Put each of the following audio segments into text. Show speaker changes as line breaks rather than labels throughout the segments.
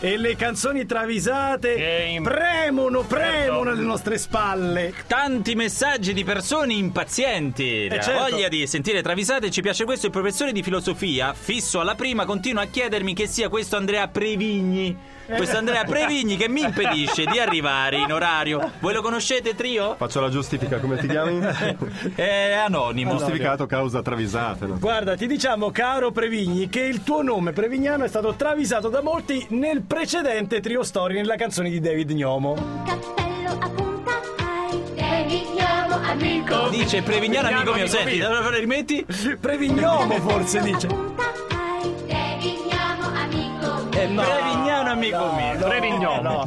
e le canzoni travisate
Game.
premono, premono alle nostre spalle.
Tanti messaggi di persone impazienti. La
certo.
voglia di sentire travisate, ci piace questo. Il professore di filosofia, fisso alla prima, continua a chiedermi che sia questo Andrea Previgni. Questo Andrea Previgni che mi impedisce di arrivare in orario. Voi lo conoscete, trio?
Faccio la giustifica, come ti chiami?
È anonimo.
Giustificato causa travisate. no?
Guarda, ti diciamo, caro Previgni, che il tuo nome prevignano è stato travisato da molti nel precedente trio story nella canzone di David Gnomo.
Cappello a punta hai. Veniamo amico.
Dice Prevignano, amico mio. Senti, allora rimetti?
Prevignomo forse dice.
Punta hai. Veniamo amico.
Eh, Prevignano, amico mio.
Prevignano.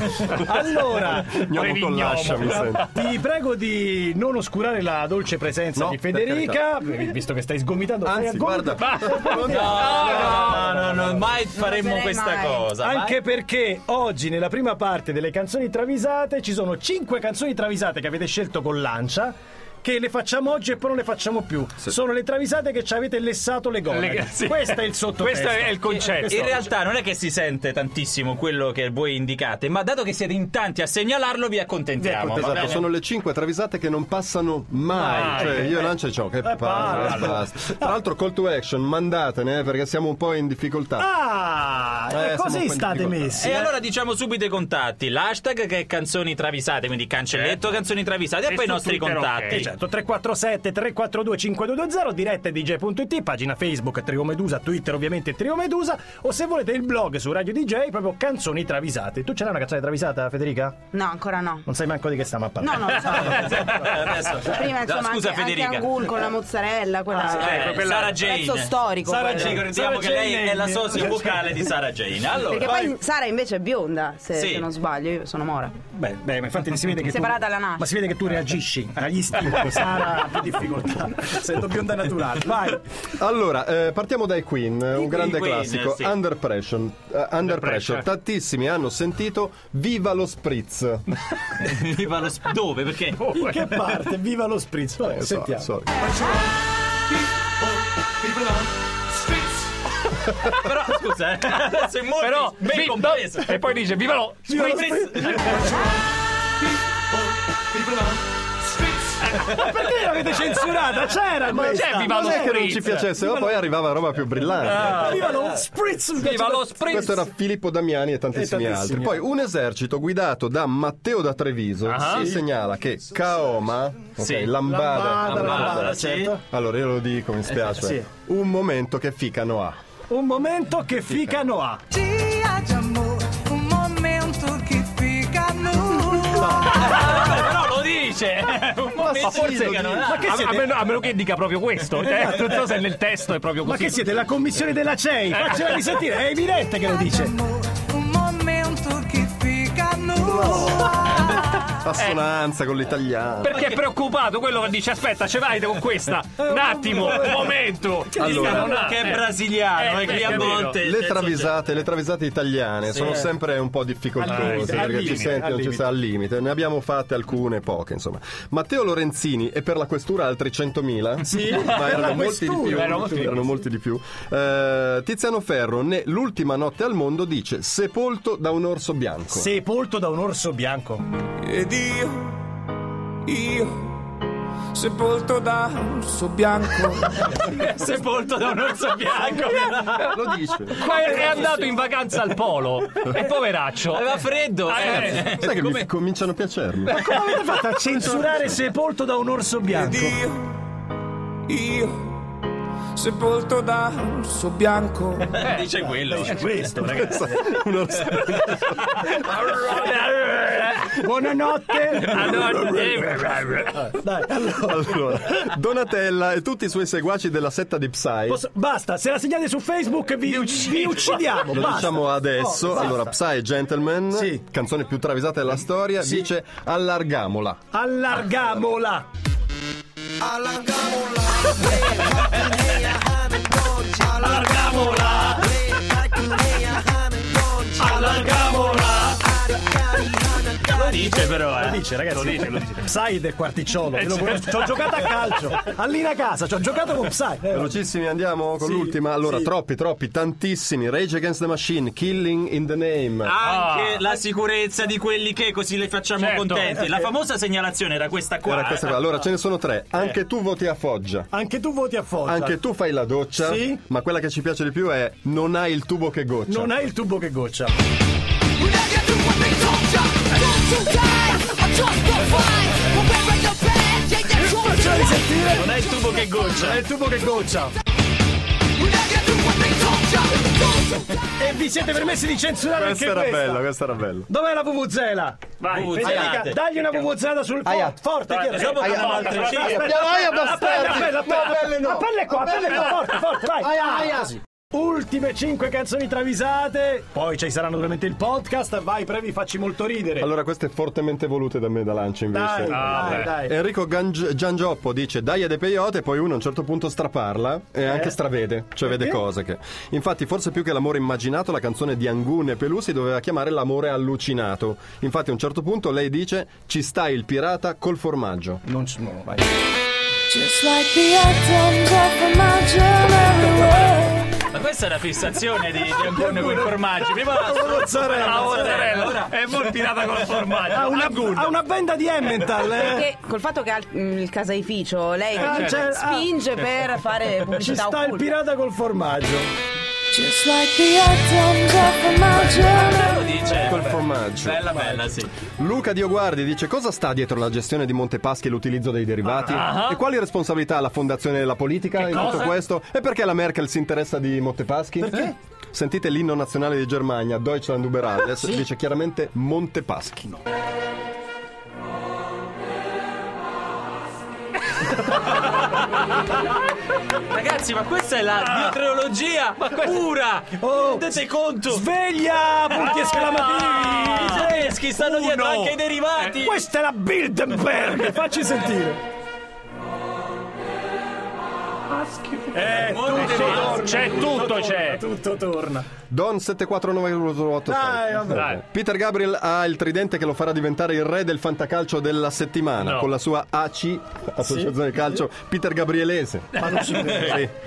Allora,
Gnomo con l'ascia, mi sento.
ti prego di non oscurare la dolce presenza
No,
di
per
Federica, visto che stai sgomitando. stai
Anzi,
aggom-
guarda,
No, no, no, no, mai faremmo
oserei
questa
mai.
cosa. mai.
Anche perché oggi nella prima parte delle canzoni travisate ci sono 5 canzoni travisate che avete scelto con Lancia che le facciamo oggi e poi non le facciamo più. Sono le travisate che ci avete lessato le gonne.
Le- sì.
Questo è il sottotesto.
Questo è il
Eh,
concetto.
In realtà non è che si sente tantissimo quello che voi indicate, ma dato che siete in tanti a segnalarlo, vi accontentiamo. va
Esatto,
bene?
sono le 5 travisate che non passano mai.
Mai.
Cioè, io lancio e dicevo che palle,
palle.
basta. Tra l'altro, call to action, mandatene eh, perché siamo un po' in difficoltà.
Ah,
Eh,
e
siamo un po'
così
in
state
difficoltà.
messi.
E allora diciamo subito i contatti, l'hashtag che è canzoni travisate, quindi cancelletto canzoni travisate e,
E
poi i
su
nostri
Twitter,
contatti. Eh,
ok.
E certo, 347 342 5220 dirette dj.it, pagina Facebook Trio Medusa, Twitter ovviamente Trio Medusa o se volete il blog su Radio DJ proprio canzoni travisate. Tu ce l'hai una canzone travisata Federica?
No, ancora no.
Non sai manco di che stiamo a
No,
parlare.
no, lo so.
certo. Adesso-
Prima
No,
insomma
scusa
anche, anche
Federica.
Angul con la mozzarella, quella
Eh,
ecco, quella-
Sara
pezzo
Jane.
storico.
Sara
quello.
Ci ricordiamo
Sara
che lei
Jane.
è la sosia vocale di Sara Jane.
Perché
Allora,
poi Sara invece è bionda, se,
Sì.
se non sbaglio, io sono mora.
Beh, beh, ma infatti si vede che
Separata
tu,
dalla nascita.
Ma si vede che tu reagissi agli istinti, Sara ha più difficoltà. Sento bionda naturale. Vai.
Allora, eh, partiamo dai Queen, eh, un
I
grande
Queen,
classico.
sì.
Under Pressure. eh,
Pressure.
under Pressure. Tantissimi hanno sentito Viva lo Spritz.
mi parlo sp- dove? Perché?
In che parte? Viva lo spritz. Vabbè,
Eh, so-
sentiamo.
so-
Però scusa, eh, adesso è molto
Però,
ben
vi-
compreso.
no, e poi dice, Cioè, viva lo
Poi preso-
Perché l'avete censurata? C'era
Ma
questa.
c'è Viva lo
Non è che non
Spritz!
ci piacesse, ma poi arrivava roba più brillante.
Viva lo spritz.
Viva lo Spritz!
Questo era Filippo Damiani e tantissimi,
E tantissimi.
altri. Poi un esercito guidato da Matteo da Treviso
Ah.
si segnala che Kaoma, ok,
Sì.
Lambada,
Lambada,
Lambada.
Lambada, sì.
certo.
Allora io lo dico, mi spiace.
sì.
Un momento che ficano ha.
Un momento che fica Noah.
dia de amor, um momento que fica nu.
Però lo dice! Un momento
sì, lo
che non
dice.
ha.
Ma che
A, a
siete?
meno, a meno che dica proprio questo. eh, non so se nel testo è proprio
Ma
così.
che siete la commissione della CEI? Faccela risentire, è evidente che lo dice.
Amor, um momento que fica nu.
Assonanza con l'italiano.
Perché è preoccupato quello che dice aspetta, ce vai con questa. Un attimo, un momento.
Allora,
non ha-
che è
eh.
brasiliano,
Eh,
e che a
capito.
volte.
Le
cioè,
travisate, le travisate italiane sono sempre un po' difficoltose
Al limite, al
perché
limite,
ci senti,
al
non ci
limite.
sta al limite. Ne abbiamo fatte alcune, poche, insomma. Matteo Lorenzini e per la questura altri 100.000. Sì, ma erano molti di più.
questura. Erano molti di più.
Erano molti di più. Eh, Tiziano Ferro, ne l'ultima notte al mondo, dice sepolto da un orso bianco.
Sepolto da un orso bianco.
Ed io, io, sepolto da un orso bianco.
Eh.
Sepolto da un orso bianco.
Lo dice.
Qua è, è andato in vacanza al polo. E poveraccio.
Aveva freddo.
Eh,
eh.
Sai che mi cominciano a piacermi.
Come avete fatto a censurare sepolto da un orso
Ed
bianco?
io, io, sepolto da un orso bianco.
Dice quello.
Eh, Questo, ragazzi.
un orso
Buonanotte.
Allora, eh,
Dai, allora.
Allora, Donatella e tutti i suoi seguaci della setta di Psy.
Posso- basta, se la segnate su Facebook vi, vi uccidiamo.
Lo
basta.
diciamo adesso.
Oh, basta.
allora, Psy Gentleman,
Sì.
canzone più travisata della storia, dice allargamola.
Allargamola.
allargamola. Allargamola.
Lo
dice però, eh.
Lo dice, ragazzi.
Lo dice, lo dice.
Psy del quarticciolo.
Eh,
ve lo
certo.
conosco. Ci ho giocato a calcio. Allina casa, ci ho giocato con Psy. Eh,
Velocissimi, andiamo con
Sì,
l'ultima. Allora,
sì.
troppi, troppi, tantissimi. Rage Against the Machine, Killing in the Name.
Ah,
Anche la sicurezza di quelli che così le facciamo
Certo.
contenti. La famosa segnalazione era questa qua.
Era questa qua. Allora, ce ne sono
Eh.
tre. Anche tu voti a Foggia.
Anche tu voti a Foggia.
Anche tu fai la doccia.
Sì.
Ma quella che ci piace di più è Non hai il tubo che goccia.
Non hai il tubo che goccia. Facciamo risentire.
Non è il tubo che goccia.
È il tubo che goccia. E vi siete permessi di censurare
Questa
anche
era
questa.
bella, questa era bella.
Dov'è la Vuvuzela?
Vai.
Vuvuzela.
Federica,
Aiate.
dagli una Vuvuzela sul
Aia.
for- forte. chiaro. Eh,
Dopo
Aia.
andiamo
Aspetta,
altre
aspetta,
cifre.
aspetta.
Aia, bastardi.
Appella, appella, appella.
No, appelle no.
Appella qua, appella qua, forte, forte, vai.
Aia, aia.
Così. Ultime 5 canzoni travisate, poi ci saranno veramente il podcast, vai Previ, facci molto ridere.
Allora, queste fortemente volute da me da Lancia invece.
dai, Ah,
Ah,
dai, dai.
Enrico Gang- Giangioppo dice dai a De Peyote, poi uno a un certo punto straparla e anche stravede, cioè vede cose che. Infatti, forse più che l'amore immaginato, la canzone di Angune e Pelù si doveva chiamare L'amore allucinato. Infatti, a un certo punto lei dice ci sta il pirata col formaggio.
Non ci no, vai.
Just like the items of imaginary world.
Ma questa è la fissazione di Giancone con i formaggi. Prima la
mozzarella.
la mozzarella. Ora
È mortirata col formaggio.
Ha una,
Angulla.
ha una benda di Emmental, eh.
Perché col fatto che ha il il caseificio, lei
Ah, c'è-
spinge per fare
Ci
pubblicità
sta il
occulta.
pirata col formaggio.
Just like the items of imaginary
lo dice.
Col formaggio.
Bella, bella, sì.
Luca Dioguardi dice cosa sta dietro la gestione di Montepaschi e l'utilizzo dei derivati? E quali responsabilità ha la fondazione della politica in tutto questo? E perché la Merkel si interessa di Montepaschi? Perché? Sentite l'inno nazionale di Germania, Deutschland über alles, dice chiaramente Montepaschi.
Ragazzi, ma questa è la diotrologia pura!
Oh.
Rendete conto! Ah.
Sveglia, punti
I
esclamativi.
tedeschi stanno dietro
Uno.
anche i derivati!
Questa è la Bilderberg, facci sentire.
Eh,
Monte
tutto
Paschi.
torna. C'è tutto, c'è.
Tutto torna.
Don 7498.
Dai, vabbè.
Dai.
Peter Gabriel ha il tridente che lo farà diventare il re del fantacalcio della settimana
No.
con la sua AC, Associazione Calcio Peter Gabrielese. Sì.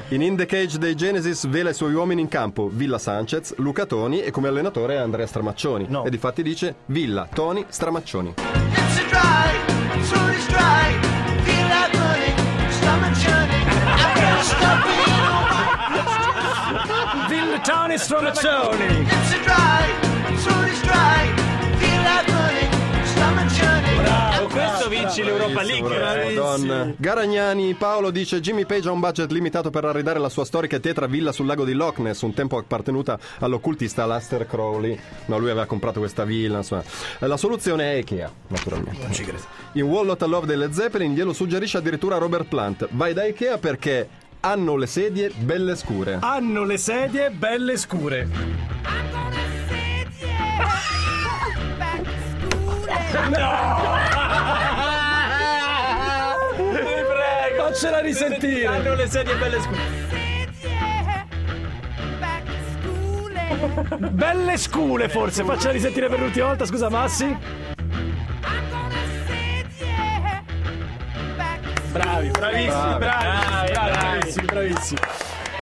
In In the Cage dei Genesis vela i suoi uomini in campo Villa Sanchez, Luca Toni e come allenatore Andrea Stramaccioni.
No.
E di fatti dice Villa, Toni, Stramaccioni.
It's a dry, throat is dry. Feel like running, stomach churning. I can't stop being on my-
Villetani Stronaccioni.
It's a dry, throat is dry. Feel like running, stomach churning.
Con questo vinci l'Europa League!
Madonna. Garagnani Paolo dice Jimmy Page ha un budget limitato per arredare la sua storica e tetra villa sul lago di Loch Ness, un tempo appartenuta all'occultista Laster Crowley. No, lui aveva comprato questa villa, insomma. Eh, La soluzione è Ikea, naturalmente. Non ci credo. In Wall Not Love delle Zeppelin glielo suggerisce addirittura Robert Plant. Vai da Ikea perché hanno le sedie belle scure.
Hanno le sedie belle scure. Faccela risentire.
Hanno le sedie belle scure.
Belle scule forse, faccela risentire per l'ultima volta, scusa Massi. Bravi, bravissimi,
Bravi.
bravi, bravissimi, bravissimi.